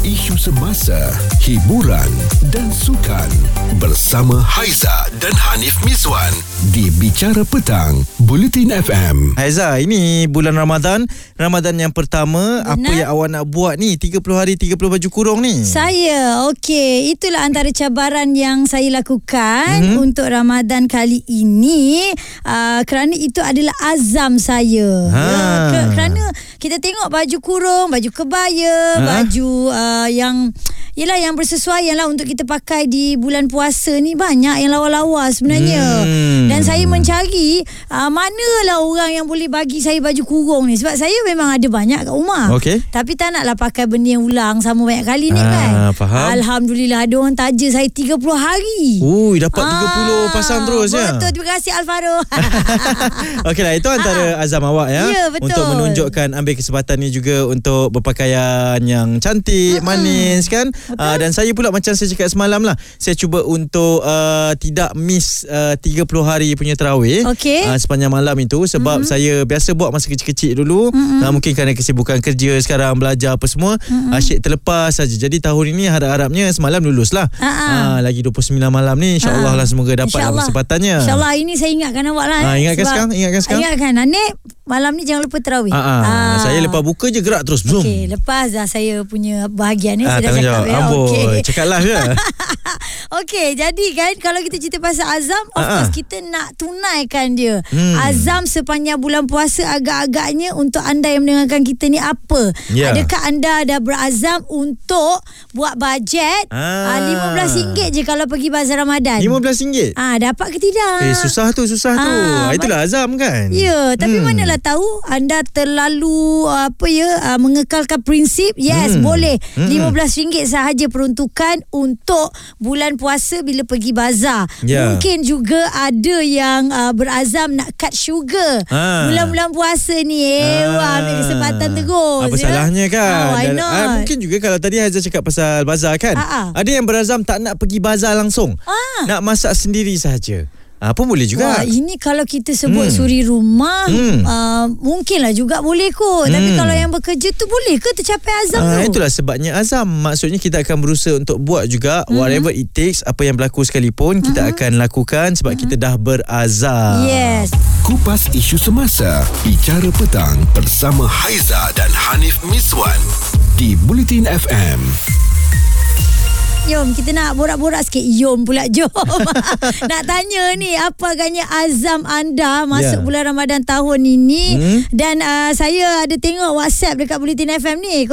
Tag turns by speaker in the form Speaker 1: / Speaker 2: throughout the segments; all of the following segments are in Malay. Speaker 1: isu semasa, hiburan dan sukan bersama Haiza dan Hanif Miswan di Bicara Petang, Bulletin FM.
Speaker 2: Haiza, ini bulan Ramadan. Ramadan yang pertama, Benar. apa yang awak nak buat ni? 30 hari 30 baju kurung ni.
Speaker 3: Saya, okey. Itulah antara cabaran yang saya lakukan
Speaker 2: Hmm.
Speaker 3: mm-hmm. untuk Ramadan kali ini. Uh, kerana itu adalah azam saya.
Speaker 2: Ha.
Speaker 3: Ya, ke, kerana kita tengok baju kurung, baju kebaya,
Speaker 2: Ha.
Speaker 3: baju uh, yang... Yelah yang bersesuaian lah untuk kita pakai di bulan puasa ni banyak yang lawa-lawa sebenarnya.
Speaker 2: Hmm.
Speaker 3: Dan saya mencari uh, manalah orang yang boleh bagi saya baju kurung ni. Sebab saya memang ada banyak kat rumah.
Speaker 2: Okey.
Speaker 3: Tapi tak naklah pakai benda yang ulang sama banyak kali ni
Speaker 2: Ah,
Speaker 3: kan.
Speaker 2: faham.
Speaker 3: Alhamdulillah ada orang taja saya 30 hari.
Speaker 2: Ui, dapat 30 pasang terus ya.
Speaker 3: betul, Ah,
Speaker 2: Ah,
Speaker 3: Betul, terima kasih Alvaro.
Speaker 2: Okeylah, itu antara azam awak ya.
Speaker 3: Ya, betul.
Speaker 2: Untuk menunjukkan ambil kesempatan ni juga untuk berpakaian yang cantik, manis kan. Uh, dan saya pula macam saya cakap semalam lah, saya cuba untuk uh, tidak miss uh, 30 hari punya tarawih
Speaker 3: Okey.
Speaker 2: uh, sepanjang malam itu sebab saya biasa buat masa kecil-kecil dulu. Uh, mungkin kerana kesibukan kerja sekarang belajar apa semua, ah, asyik terlepas saja. Jadi tahun ini harap-harapnya semalam lulus lah.
Speaker 3: Ah, ah.
Speaker 2: Uh, lagi 29 malam ni insya-Allah
Speaker 3: Ha.
Speaker 2: lah semoga dapat
Speaker 3: InsyaAllah.
Speaker 2: kesempatannya.
Speaker 3: InsyaAllah hari ni saya ingatkan awak lah.
Speaker 2: ya. Ah,
Speaker 3: eh.
Speaker 2: ingatkan
Speaker 3: Sebab-
Speaker 2: sekarang, ingatkan sekarang.
Speaker 3: Ingatkan. Anik, malam ni jangan lupa terawih.
Speaker 2: Ah, ah. Saya lepas buka je gerak terus Zoom.
Speaker 3: Okey, lepas dah saya punya bahagian ni
Speaker 2: Ah,
Speaker 3: saya dah cakap
Speaker 2: tanggungjawab.
Speaker 3: ya.
Speaker 2: Amboi,
Speaker 3: Okey.
Speaker 2: cakap live je.
Speaker 3: Okey, jadi kan kalau kita cerita pasal azam, of
Speaker 2: Ah, ah.
Speaker 3: course kita nak tunaikan dia.
Speaker 2: Hmm.
Speaker 3: Azam sepanjang bulan puasa agak-agaknya untuk anda yang mendengarkan kita ni apa?
Speaker 2: Ya.
Speaker 3: Adakah anda dah berazam untuk buat bajet
Speaker 2: Ah.
Speaker 3: ah. RM15 je kalau pergi bazar Ramadan?
Speaker 2: RM15.
Speaker 3: Ah, dapat ke tidak?
Speaker 2: Eh susah tu, susah tu.
Speaker 3: Ah,
Speaker 2: Itulah azam kan?
Speaker 3: Ya, tapi hmm. manalah tahu anda terlalu apa ya uh, mengekalkan prinsip. Yes,
Speaker 2: Hmm.
Speaker 3: hmm. boleh
Speaker 2: Hmm.
Speaker 3: RM15 sahaja peruntukan untuk bulan puasa bila pergi bazar.
Speaker 2: Ya.
Speaker 3: Mungkin juga ada yang uh, berazam nak cut sugar.
Speaker 2: Ah.
Speaker 3: Bulan-bulan puasa ni eh, wah ambil kesempatan terus.
Speaker 2: Ha. Apa
Speaker 3: ya.
Speaker 2: salahnya kan?
Speaker 3: Ah, why
Speaker 2: Dan-
Speaker 3: not?
Speaker 2: ah, mungkin juga kalau tadi Haizah cakap pasal bazar kan?
Speaker 3: Ah, ah.
Speaker 2: Ada yang berazam tak nak pergi bazar langsung.
Speaker 3: Ah.
Speaker 2: Nak masak sendiri sahaja. Ah, pun boleh juga.
Speaker 3: Wah, ini kalau kita
Speaker 2: Hmm.
Speaker 3: sebut hmm. suri rumah,
Speaker 2: Hmm.
Speaker 3: hmm. uh, mungkinlah juga boleh kot. Hmm.
Speaker 2: Hmm.
Speaker 3: Tapi kalau yang bekerja tu boleh ke tercapai azam
Speaker 2: Ah,
Speaker 3: tu?
Speaker 2: itulah sebabnya azam. Maksudnya kita akan berusaha untuk buat juga
Speaker 3: Hmm.
Speaker 2: mm-hmm. whatever it takes, apa yang berlaku sekalipun kita mm-hmm. akan lakukan sebab mm-hmm. kita
Speaker 3: Hmm.
Speaker 2: dah berazam.
Speaker 3: Yes.
Speaker 1: Kupas isu semasa, Bicara Petang bersama Haiza dan Hanif Miswan di Bulletin FM.
Speaker 3: Yom, kita nak borak-borak sikit. Yom pula, jom. nak tanya ni, apa agaknya azam anda
Speaker 2: Ya.
Speaker 3: masuk yeah. bulan Ramadan tahun ini?
Speaker 2: Hmm.
Speaker 3: Hmm? Dan uh, saya ada tengok WhatsApp dekat Bulletin FM ni,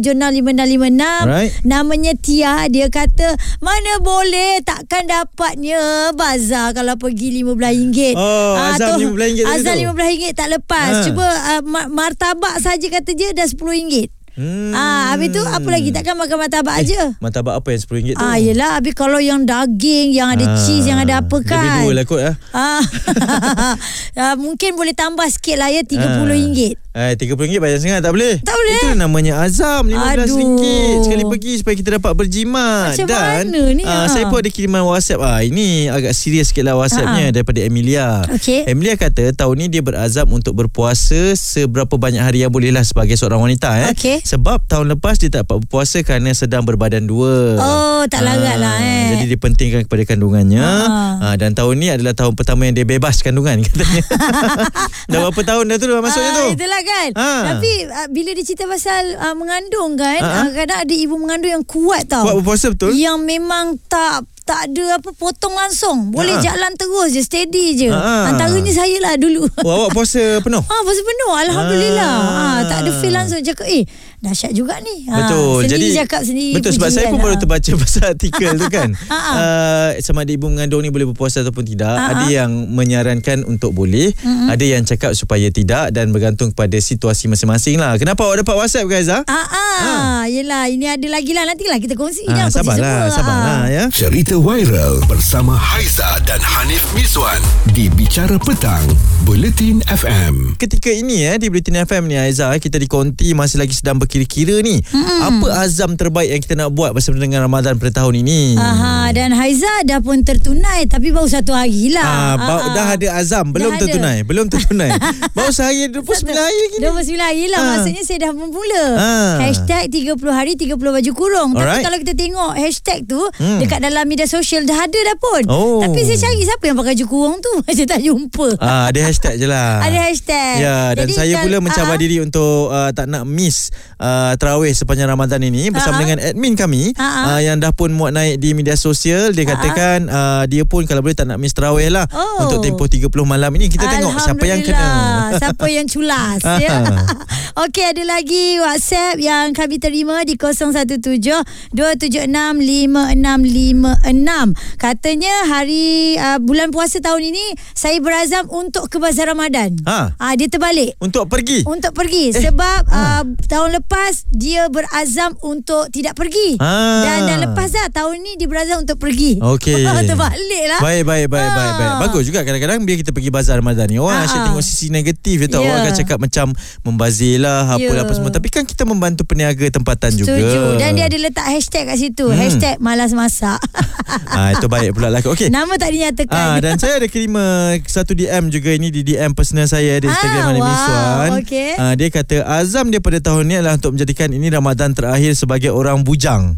Speaker 3: 0172765656.
Speaker 2: Alright.
Speaker 3: Namanya Tia, dia kata, mana boleh takkan dapatnya bazar kalau pergi RM15.
Speaker 2: Oh,
Speaker 3: Ah,
Speaker 2: azam
Speaker 3: tu-
Speaker 2: RM15 tadi
Speaker 3: Azam
Speaker 2: tu.
Speaker 3: RM15 tak lepas.
Speaker 2: Ha.
Speaker 3: Ha. Cuba uh, ma- martabak saja kata dia dah RM10.
Speaker 2: Hmm.
Speaker 3: Ah, habis tu apa lagi? Takkan makan martabak eh, aja.
Speaker 2: Martabak apa yang RM10 tu?
Speaker 3: Ah, yelah. Habis kalau yang daging, yang ada
Speaker 2: Ah,
Speaker 3: cheese, yang ada apa
Speaker 2: Lebih
Speaker 3: kan.
Speaker 2: dua lah kot ah.
Speaker 3: Ah, ah, mungkin boleh tambah sikit lah ya, RM30.
Speaker 2: Eh, RM30 banyak sangat tak boleh
Speaker 3: Tak boleh.
Speaker 2: Itu namanya azam RM15
Speaker 3: Aduh.
Speaker 2: sekali pergi Supaya kita dapat berjimat
Speaker 3: Macam
Speaker 2: Dan
Speaker 3: mana ni,
Speaker 2: ah,
Speaker 3: ha?
Speaker 2: Saya pun ada kiriman whatsapp ah, Ini agak serius sikit lah whatsappnya Daripada Emilia
Speaker 3: Ah, Okey.
Speaker 2: Emilia kata tahun ni dia berazam untuk berpuasa Seberapa banyak hari yang boleh lah Sebagai seorang wanita eh.
Speaker 3: Okey.
Speaker 2: Sebab tahun lepas dia tak dapat berpuasa Kerana sedang berbadan dua Ah,
Speaker 3: Oh, tak larat lah, eh.
Speaker 2: Jadi dia pentingkan kepada kandungannya
Speaker 3: Ah.
Speaker 2: ah, Dan tahun ni adalah tahun pertama yang dia bebas kandungan Katanya Dah berapa tahun dah tu dah masuknya
Speaker 3: Ah,
Speaker 2: tu
Speaker 3: Itulah kan.
Speaker 2: Ha.
Speaker 3: Tapi ah, bila dia cerita pasal ah, mengandung kan,
Speaker 2: Ha.
Speaker 3: ah, kadang ada ibu mengandung yang kuat tau.
Speaker 2: Kuat berpuasa betul?
Speaker 3: Yang memang tak tak ada apa potong langsung.
Speaker 2: Ha.
Speaker 3: Boleh jalan terus je, steady je.
Speaker 2: Ha.
Speaker 3: Antaranya saya lah dulu.
Speaker 2: Oh, awak puasa penuh?
Speaker 3: Ah, pasal penuh Alhamdulillah
Speaker 2: Ah.
Speaker 3: ah. Tak ada feel langsung Cakap eh Dahsyat juga ni ah,
Speaker 2: Betul.
Speaker 3: Sendiri
Speaker 2: Jadi
Speaker 3: cakap sendiri
Speaker 2: Betul sebab
Speaker 3: puji
Speaker 2: saya
Speaker 3: kan,
Speaker 2: pun baru
Speaker 3: ah.
Speaker 2: terbaca pasal artikel tu kan.
Speaker 3: Ha, ha.
Speaker 2: uh, sama ada ibu mengandung ni boleh berpuasa ataupun tidak.
Speaker 3: Ha,
Speaker 2: Ada
Speaker 3: ha.
Speaker 2: yang menyarankan untuk boleh, ada yang cakap supaya tidak dan bergantung kepada situasi masing-masing lah. Kenapa awak dapat WhatsApp guys ah?
Speaker 3: Ah, ah. Yelah ini ada lagi lah Nanti lah kita kongsi
Speaker 2: Ah,
Speaker 3: dah, kongsi
Speaker 2: sabarlah,
Speaker 3: semua.
Speaker 2: sabarlah
Speaker 3: Ah.
Speaker 2: ya.
Speaker 1: Cerita viral bersama Haiza dan Hanif Miswan di Bicara Petang, Bulletin FM.
Speaker 2: eh, Ketika ini eh di Bulletin FM ni Aiza kita dikonti masih lagi sedang berkisah kira-kira ni hmm. apa azam terbaik yang kita nak buat bersama dengan Ramadan pada tahun ini?
Speaker 3: Ah, Aha, dan Haiza dah pun tertunai tapi baru satu hari
Speaker 2: Ah,
Speaker 3: lah.
Speaker 2: ba- dah ada azam belum
Speaker 3: Dah ada.
Speaker 2: tertunai, belum tertunai. Baru sehari 29 hari lagi. ni.
Speaker 3: 29 hari lah
Speaker 2: Ah.
Speaker 3: Maksudnya saya dah memula
Speaker 2: Ah.
Speaker 3: Hashtag 30 hari 30 baju kurung
Speaker 2: Alright. Hmm.
Speaker 3: Tapi kalau kita tengok hashtag tu Dekat dalam media sosial Dah ada dah pun
Speaker 2: Oh.
Speaker 3: Tapi saya cari siapa yang pakai baju kurung tu Saya tak jumpa
Speaker 2: Ah, ada hashtag je lah.
Speaker 3: Ada hashtag
Speaker 2: Ya, dan
Speaker 3: Jadi
Speaker 2: saya
Speaker 3: kalau-
Speaker 2: pula mencabar
Speaker 3: Ah,
Speaker 2: diri untuk uh, tak nak miss uh, tarawih sepanjang Ramadan ini bersama
Speaker 3: Ah, ah.
Speaker 2: dengan admin kami
Speaker 3: Ah,
Speaker 2: uh, yang dah pun muat naik di media sosial. Dia katakan uh, dia pun kalau boleh tak nak miss tarawih lah
Speaker 3: Oh.
Speaker 2: untuk tempoh 30 malam ini. Kita tengok siapa yang kena.
Speaker 3: ah, Alhamdulillah. Siapa yang culas ya. Okey ada lagi WhatsApp yang kami terima di 0172765656. Katanya hari uh, bulan puasa tahun ini saya berazam untuk ke bazar Ramadan.
Speaker 2: Ha.
Speaker 3: Ah dia terbalik.
Speaker 2: Untuk pergi.
Speaker 3: Untuk pergi eh, sebab
Speaker 2: Ah.
Speaker 3: uh, tahun lepas dia berazam untuk tidak pergi.
Speaker 2: Ah.
Speaker 3: Dan dan lepas dah tahun ni dia berazam untuk pergi.
Speaker 2: Okey.
Speaker 3: Terbalik lah.
Speaker 2: Baik, baik, baik,
Speaker 3: Ah.
Speaker 2: baik, baik. Bagus juga kadang-kadang bila kita pergi bazar Ramadan ni. Orang
Speaker 3: Ah,
Speaker 2: asyik
Speaker 3: ah.
Speaker 2: tengok sisi negatif je tau. Orang
Speaker 3: Ya.
Speaker 2: akan cakap macam membazir lah, apalah
Speaker 3: Ya.
Speaker 2: apa semua. Tapi kan kita membantu peniaga tempatan juga.
Speaker 3: Setuju. Dan dia ada letak hashtag kat situ. Hmm. Hashtag malas masak.
Speaker 2: Ah, itu baik pula lah. Okey.
Speaker 3: Nama tak dinyatakan.
Speaker 2: Ah, dan saya ada terima satu DM juga ini di DM personal saya di Instagram
Speaker 3: Ah,
Speaker 2: Hanim
Speaker 3: wow,
Speaker 2: Miswan.
Speaker 3: okey.
Speaker 2: Ah, dia kata azam dia pada tahun ni adalah untuk menjadikan ini Ramadan terakhir sebagai orang bujang.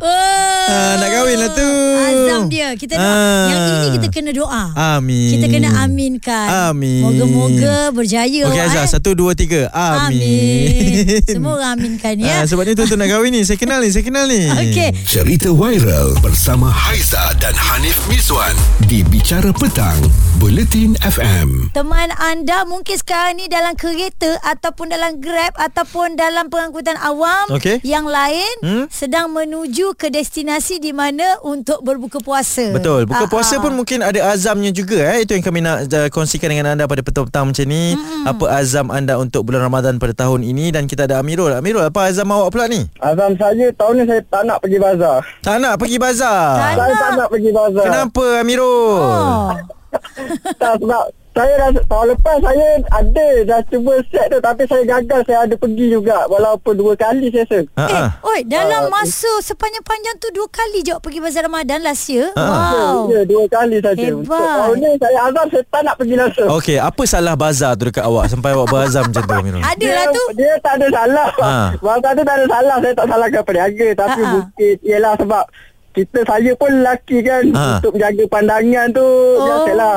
Speaker 3: Oh.
Speaker 2: Ah, nak kahwin lah tu.
Speaker 3: Azam dia. Kita doa.
Speaker 2: Ah.
Speaker 3: Yang ini kita kena doa.
Speaker 2: Amin.
Speaker 3: Kita kena aminkan.
Speaker 2: Amin.
Speaker 3: Moga-moga berjaya.
Speaker 2: Okey Azhar,
Speaker 3: eh.
Speaker 2: satu, dua, tiga. Amin.
Speaker 3: Amin. Semua orang aminkan ya.
Speaker 2: Ah, sebab ni tuan-tuan nak kahwin ni. Saya kenal ni, saya kenal ni.
Speaker 3: Okey.
Speaker 1: Cerita viral bersama Haiza dan Hanif Miswan di Bicara Petang, Buletin FM.
Speaker 3: Teman anda mungkin sekarang ni dalam kereta ataupun dalam Grab ataupun dalam pengangkutan awam
Speaker 2: Okey.
Speaker 3: yang lain
Speaker 2: Hmm?
Speaker 3: hmm? sedang menuju ke destinasi di mana untuk berbuka puasa.
Speaker 2: Betul. Buka
Speaker 3: Ah,
Speaker 2: puasa
Speaker 3: ah.
Speaker 2: pun mungkin ada azamnya juga eh. Itu yang kami nak uh, kongsikan dengan anda pada petang-petang macam ni. Hmm. Apa azam anda untuk bulan Ramadan pada tahun ini dan kita ada Amirul. Amirul, apa azam awak pula ni?
Speaker 4: Azam saya tahun ni saya tak nak pergi bazar.
Speaker 2: Tak nak pergi
Speaker 3: Tak
Speaker 2: bazar.
Speaker 4: Saya tak nak pergi bazar.
Speaker 2: Kenapa Amirul?
Speaker 3: Oh.
Speaker 4: Tak sebab saya dah tahun lepas saya ada dah cuba set tu tapi saya gagal saya ada pergi juga walaupun dua kali saya rasa.
Speaker 2: Ha
Speaker 3: Eh,
Speaker 2: ah.
Speaker 3: oi, dalam masa
Speaker 4: eh.
Speaker 3: sepanjang-panjang tu dua kali je awak pergi bazar Ramadan last year.
Speaker 2: Ah.
Speaker 3: Wow.
Speaker 4: Ya, dua kali saja.
Speaker 3: Hebat.
Speaker 4: Untuk tahun ni saya azam saya tak nak pergi langsung.
Speaker 2: Okey, apa salah bazar tu dekat awak sampai awak berazam macam tu
Speaker 4: ya.
Speaker 2: Amirul?
Speaker 3: Ada lah tu.
Speaker 4: Dia tak ada salah.
Speaker 2: Ha.
Speaker 4: Ha. Masa tu tak ada salah. Saya tak salahkan peniaga. Tapi
Speaker 3: Ha, ha.
Speaker 4: Ha-ha. mungkin ialah sebab kita saya pun lelaki kan.
Speaker 2: Ha.
Speaker 4: Ha. Untuk menjaga pandangan tu.
Speaker 3: Oh.
Speaker 4: Biasalah.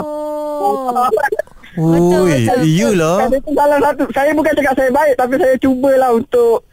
Speaker 3: Betul,
Speaker 2: Ui,
Speaker 3: betul.
Speaker 2: iyalah.
Speaker 4: Saya tu salah satu. Saya bukan cakap saya baik. Tapi saya cubalah untuk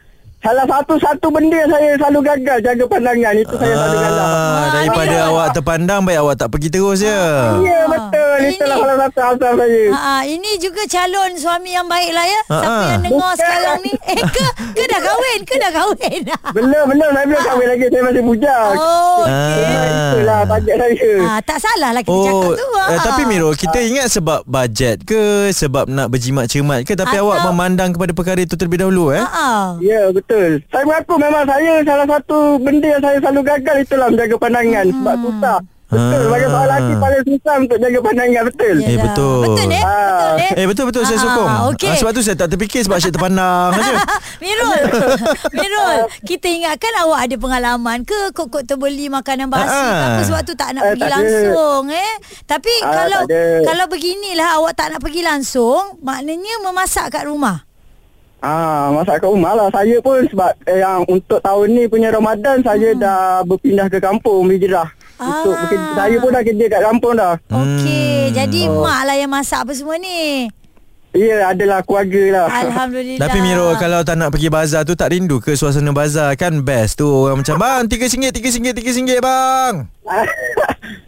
Speaker 4: Salah satu-satu benda yang saya selalu gagal jaga pandangan. Itu saya selalu gagal.
Speaker 2: Ah, daripada
Speaker 4: Amirul.
Speaker 2: awak terpandang baik awak tak pergi terus je.
Speaker 3: Ah,
Speaker 4: Ya, betul.
Speaker 3: Ini-
Speaker 4: Itulah salah satu asal saya.
Speaker 3: Ha, ini juga calon suami yang baik lah ya.
Speaker 2: Ha,
Speaker 3: Siapa
Speaker 2: ha.
Speaker 3: yang dengar
Speaker 4: Bukan.
Speaker 3: sekarang ni? Eh, ke, ke dah kahwin? Ke dah kahwin?
Speaker 4: Belum, belum. Saya belum kahwin lagi. Saya masih bujang.
Speaker 3: oh,
Speaker 4: Ah. Itulah target saya.
Speaker 3: Ah, tak salah lah kita cakap tu. Ah.
Speaker 2: eh, tapi Miro, kita ingat sebab bajet ke, sebab nak berjimat cermat ke, tapi
Speaker 3: Atau-
Speaker 2: awak memandang kepada perkara itu terlebih dahulu eh?
Speaker 3: Ha ah.
Speaker 4: Ya betul Saya mengaku memang saya Salah satu benda yang saya selalu gagal Itulah menjaga pandangan hmm. Sebab susah Betul
Speaker 2: Ah.
Speaker 4: Sebagai seorang lelaki paling susah Untuk jaga pandangan Betul
Speaker 2: Ya. Eh, betul.
Speaker 3: Betul eh?
Speaker 4: Ah.
Speaker 3: Betul eh?
Speaker 2: Eh betul betul saya
Speaker 3: Ah,
Speaker 2: sokong.
Speaker 3: okey. Ah,
Speaker 2: Ah, sebab tu saya tak terfikir sebab asyik terpandang aja.
Speaker 3: Mirul Mirul Kita ingatkan awak ada pengalaman ke Kok-kok terbeli makanan
Speaker 2: Ah,
Speaker 3: basi
Speaker 2: ah.
Speaker 3: ke apa Sebab tu tak nak
Speaker 4: Eh,
Speaker 3: pergi
Speaker 4: tak ada.
Speaker 3: langsung eh Tapi
Speaker 4: Ah,
Speaker 3: kalau
Speaker 4: tak ada.
Speaker 3: Kalau beginilah awak tak nak pergi langsung Maknanya memasak kat rumah
Speaker 4: Ah, Masak kat rumah lah Saya pun sebab eh, Yang untuk tahun ni punya Ramadan Saya
Speaker 2: Hmm.
Speaker 4: dah berpindah ke kampung Hijrah Untuk
Speaker 3: Ah.
Speaker 4: bekerja, Saya pun dah kerja kat kampung dah
Speaker 2: Hmm.
Speaker 3: Okey Jadi
Speaker 4: Oh.
Speaker 3: mak lah yang masak apa semua ni
Speaker 4: Ya adalah keluarga lah
Speaker 3: Alhamdulillah
Speaker 2: Tapi Miro kalau tak nak pergi bazar tu tak rindu ke suasana bazar kan best tu orang macam bang RM3 RM3 RM3 bang.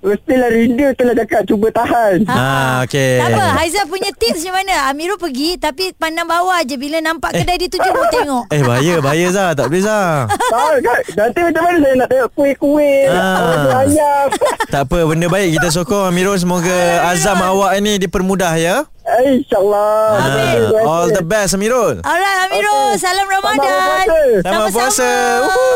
Speaker 4: Mestilah rindu Itulah cakap cuba tahan
Speaker 2: Ha, okey.
Speaker 3: Ah, Tak apa Haizal punya tips macam mana Amirul pergi Tapi pandang bawah je Bila nampak kedai dia tu Jom tengok
Speaker 2: Eh bahaya bahaya Zah tak boleh Zah.
Speaker 4: Tahu kan Nanti macam mana saya nak tengok Kuih-kuih
Speaker 2: Ah.
Speaker 4: ah. Ayam
Speaker 2: tak apa benda baik kita sokong Amirul
Speaker 3: Ah, ya,
Speaker 2: semoga azam awak ni dipermudah ya.
Speaker 4: Eh, InsyaAllah
Speaker 2: Ah, all the best Amirul.
Speaker 3: Alright Amirul
Speaker 4: Okey.
Speaker 3: Salam
Speaker 4: Selamat
Speaker 3: Ramadan
Speaker 4: berpuasa. Ah,
Speaker 2: Selamat puasa. Wuhu.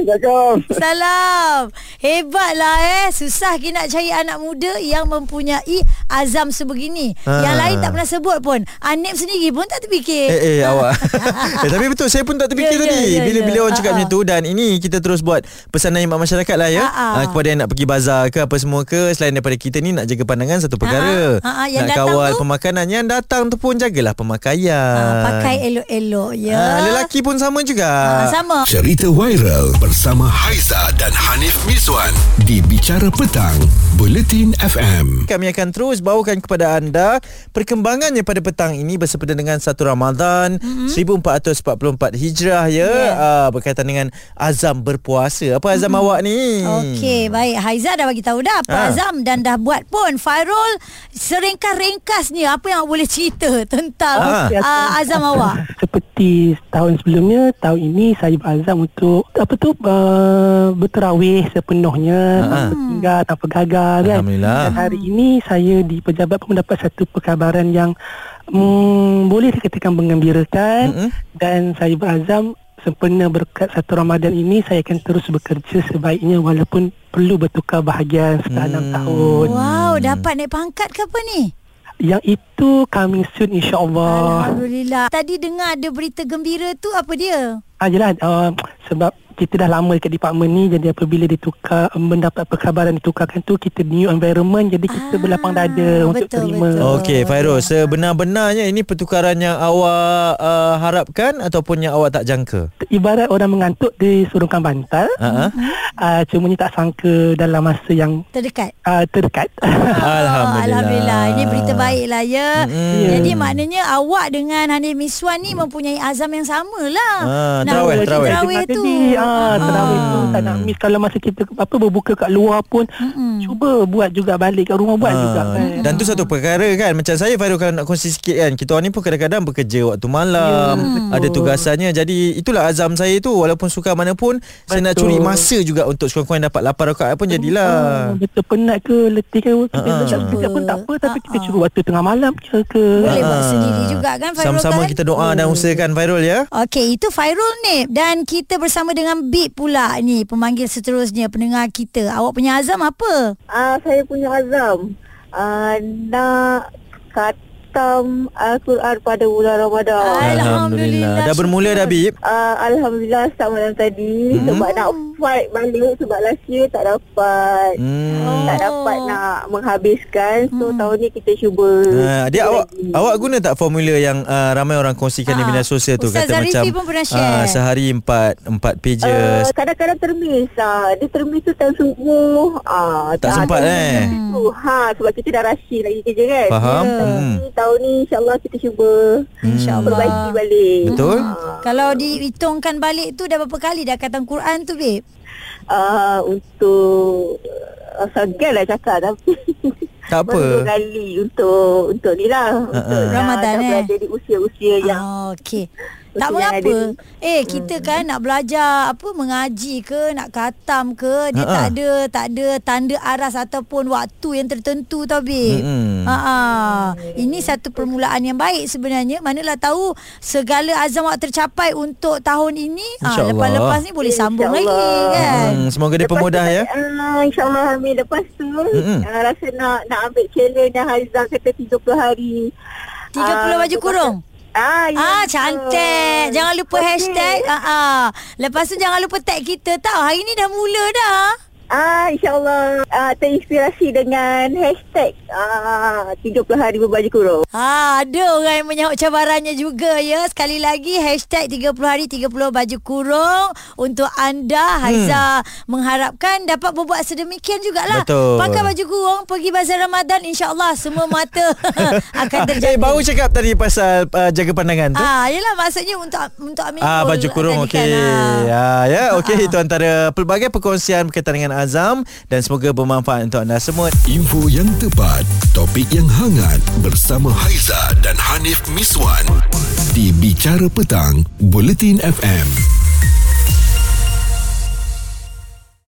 Speaker 4: Assalamualaikum
Speaker 3: Salam Hebatlah lah eh. Susah kita nak cari anak muda yang mempunyai azam sebegini.
Speaker 2: Ah.
Speaker 3: Ha. Yang lain tak pernah sebut pun. Anip sendiri pun tak terfikir.
Speaker 2: Eh eh awak eh, Tapi betul Saya pun tak terfikir
Speaker 3: Ya,
Speaker 2: yeah,
Speaker 3: ya,
Speaker 2: tadi
Speaker 3: ya, ya.
Speaker 2: Bila-bila orang cakap
Speaker 3: Ah,
Speaker 2: macam
Speaker 3: ah.
Speaker 2: tu Dan ini kita terus buat Pesanan imak masyarakat lah ya
Speaker 3: Ah, ah.
Speaker 2: Ah, Kepada yang nak pergi bazar ke Apa semua ke Selain daripada kita ni Nak jaga pandangan satu perkara
Speaker 3: ah. Ah, ah, yang
Speaker 2: Nak
Speaker 3: datang
Speaker 2: kawal
Speaker 3: tu?
Speaker 2: pemakanan Yang datang tu pun Jagalah pemakaian
Speaker 3: Ha, pakai elok-elok ya.
Speaker 2: Ah, Lelaki pun sama juga
Speaker 3: ha, sama.
Speaker 1: Cerita viral bersama Haiza dan Hanif Miswan di Bicara Petang, Buletin FM.
Speaker 2: Kami akan terus bawakan kepada anda perkembangannya pada petang ini bersempena dengan 1 Ramadan mm-hmm. 1444 Hijrah ya yeah.
Speaker 3: Ya.
Speaker 2: uh, berkaitan dengan azam berpuasa. Apa azam mm-hmm. awak ni?
Speaker 3: Okey, baik. Haiza dah bagi tahu dah Pak
Speaker 2: Ah.
Speaker 3: Azam dan dah buat pun. Fairul seringkas-ringkas ni apa yang awak boleh cerita
Speaker 2: Ah.
Speaker 3: tentang uh, Azam awak?
Speaker 5: Seperti tahun sebelumnya, tahun ini saya berazam untuk apa tu uh, berterawih sepenuhnya
Speaker 2: Ha.
Speaker 5: tanpa tinggal tanpa gagal kan.
Speaker 2: Alhamdulillah.
Speaker 5: Dan hari ini saya di pejabat pun mendapat satu perkabaran yang mm, boleh dikatakan mengembirakan
Speaker 2: Mm-mm.
Speaker 5: dan saya berazam sempena berkat satu Ramadan ini saya akan terus bekerja sebaiknya walaupun perlu bertukar bahagian setelah enam
Speaker 2: Hmm.
Speaker 5: tahun.
Speaker 3: Wow, dapat naik pangkat ke apa ni?
Speaker 5: Yang itu coming soon insya-Allah.
Speaker 3: Alhamdulillah. Tadi dengar ada berita gembira tu apa dia?
Speaker 5: Ah jelah uh, sebab kita dah lama dekat department ni jadi apabila ditukar mendapat perkabaran ditukarkan tu kita new environment jadi kita
Speaker 3: Ah,
Speaker 5: berlapang dada untuk
Speaker 3: betul,
Speaker 5: terima.
Speaker 3: betul.
Speaker 2: Okey, Fairul, sebenar-benarnya ini pertukaran yang awak uh, harapkan ataupun yang awak tak jangka?
Speaker 5: Ibarat orang mengantuk disurungkan bantal.
Speaker 2: Ha ah.
Speaker 5: Uh, cumanya tak sangka dalam masa yang
Speaker 3: Terdekat.
Speaker 5: uh, terdekat.
Speaker 2: Alhamdulillah.
Speaker 3: Alhamdulillah. Ini berita baik lah ya.
Speaker 2: Mm-mm.
Speaker 3: Jadi maknanya awak dengan Hanif Miswan ni mempunyai azam yang sama lah.
Speaker 2: Ah,
Speaker 3: Nak
Speaker 2: terawih,
Speaker 3: pergi
Speaker 2: terawih.
Speaker 3: terawih tu.
Speaker 5: Ah, terawih tu tak nak miss kalau masa kita apa berbuka kat luar pun
Speaker 3: Mm-mm.
Speaker 5: cuba buat juga balik kat rumah buat juga
Speaker 2: Ah,
Speaker 5: kan.
Speaker 3: Hmm.
Speaker 2: Dan tu satu perkara kan Macam saya Fairul Kalau nak kongsi sikit kan Kita orang ni pun kadang-kadang Bekerja waktu malam
Speaker 3: Ya,
Speaker 2: yeah, Ada tugasannya Jadi itulah azam saya tu Walaupun suka mana pun betul. Saya nak curi masa juga Untuk sekurang-kurang dapat 8 rakaat pun Jadilah
Speaker 5: Ah, betul penat ke letih ke kita
Speaker 2: lah. Ah, ah.
Speaker 5: uh-huh. tak kita pun tak apa tapi
Speaker 4: Ah,
Speaker 5: kita cuba waktu tengah malam je ke.
Speaker 3: Boleh buat
Speaker 2: Ah.
Speaker 3: sendiri juga kan Fairul
Speaker 2: Sama-sama
Speaker 3: kan?
Speaker 2: kita doa dan usahakan Fairul ya
Speaker 3: Okey, itu Fairul ni dan kita bersama dengan Bib pula ni pemanggil seterusnya pendengar kita. Awak punya azam apa?
Speaker 4: Ah, saya punya azam ah, nak khatam Al-Quran pada bulan Ramadan.
Speaker 3: Alhamdulillah.
Speaker 2: Dah bermula dah Bib
Speaker 4: Ah, Alhamdulillah selamat malam tadi hmm. sebab nak fight balik sebab last year tak dapat.
Speaker 2: hmm.
Speaker 4: Tak dapat nak menghabiskan So
Speaker 5: Hmm.
Speaker 4: tahun ni kita cuba
Speaker 2: Ha, dia
Speaker 4: cuba
Speaker 2: awak
Speaker 4: lagi.
Speaker 2: awak guna tak formula yang uh, ramai orang kongsikan di
Speaker 3: Ah,
Speaker 2: media sosial tu
Speaker 3: Ustaz
Speaker 2: kata
Speaker 3: Zarifi
Speaker 2: macam
Speaker 3: pun pernah share. Ah, ya.
Speaker 2: ah, sehari empat empat
Speaker 4: Uh,
Speaker 2: pages.
Speaker 4: kadang-kadang termiss lah. Dia termiss tu time subuh ah,
Speaker 2: Tak sempat, eh?
Speaker 4: tu. Ha, sebab kita dah rushing lagi kerja kan
Speaker 2: Faham?
Speaker 4: Ya.
Speaker 2: Hmm.
Speaker 4: Tapi Tahun ni insyaAllah kita cuba Perbaiki
Speaker 3: InsyaAllah.
Speaker 4: balik
Speaker 2: Betul?
Speaker 3: Kalau dihitungkan balik tu dah berapa kali dah khatam Quran tu Bib?
Speaker 4: uh, Untuk uh, Segan lah cakap Tapi
Speaker 2: Tak apa. Ha,
Speaker 4: Perlu
Speaker 3: kan?
Speaker 4: kali untuk Untuk ni lah Untuk dah-
Speaker 3: Ramadan,
Speaker 4: dah
Speaker 3: eh?
Speaker 4: berada di usia-usia yang
Speaker 3: Ah, Okey. Tak
Speaker 4: Betul yang
Speaker 3: mengapa.
Speaker 4: ada
Speaker 3: Eh, kita kan nak belajar apa mengaji ke, nak khatam ke, dia
Speaker 2: Ha-ha.
Speaker 3: tak ada tak ada tanda aras ataupun waktu yang tertentu tau Bib.
Speaker 2: Mm-mm.
Speaker 3: Ha ah. Ini satu permulaan yang baik sebenarnya. Manalah tahu segala azam awak tercapai untuk tahun ini, ah
Speaker 2: InsyaAllah.
Speaker 3: lepas-lepas ni boleh sambung lagi
Speaker 4: InsyaAllah.
Speaker 3: kan.
Speaker 2: Hmm, semoga dia pemudah
Speaker 4: tu,
Speaker 2: ya.
Speaker 4: Uh, InsyaAllah Amin. Lepas tu
Speaker 2: Mm-mm.
Speaker 4: uh, rasa nak nak ambil challenge yang Haizah kata 30 hari.
Speaker 3: 30 baju
Speaker 4: tu
Speaker 3: kurung?
Speaker 4: pasal- Ah, ya,
Speaker 3: Ah
Speaker 4: betul.
Speaker 3: cantik. Jangan lupa
Speaker 4: Okey.
Speaker 3: hashtag. Ah, ah. Lepas tu jangan lupa tag kita tau. Hari ni dah mula dah.
Speaker 4: Ah, insyaAllah ah, terinspirasi dengan hashtag ah, 30 hari berbaju kurung.
Speaker 3: Ha, ada orang yang menyahut cabarannya juga ya. Sekali lagi hashtag 30 hari 30 baju kurung untuk
Speaker 2: Hmm.
Speaker 3: anda Haiza mengharapkan dapat berbuat sedemikian jugalah.
Speaker 2: Betul.
Speaker 3: Pakai baju kurung pergi bazar Ramadan insya-Allah semua mata akan terjaga.
Speaker 2: Eh, baru cakap tadi pasal uh, jaga pandangan tu.
Speaker 3: Ah, yelah maksudnya untuk untuk Amin.
Speaker 2: Ah,
Speaker 3: Kul
Speaker 2: baju kurung
Speaker 3: tadi kan,
Speaker 2: okey.
Speaker 3: ah.
Speaker 2: Ya, ya, okey itu antara pelbagai perkongsian berkaitan dengan azam dan semoga bermanfaat untuk anda semua.
Speaker 1: Info yang tepat, topik yang hangat bersama Haiza dan Hanif Miswan di Bicara Petang, Buletin FM.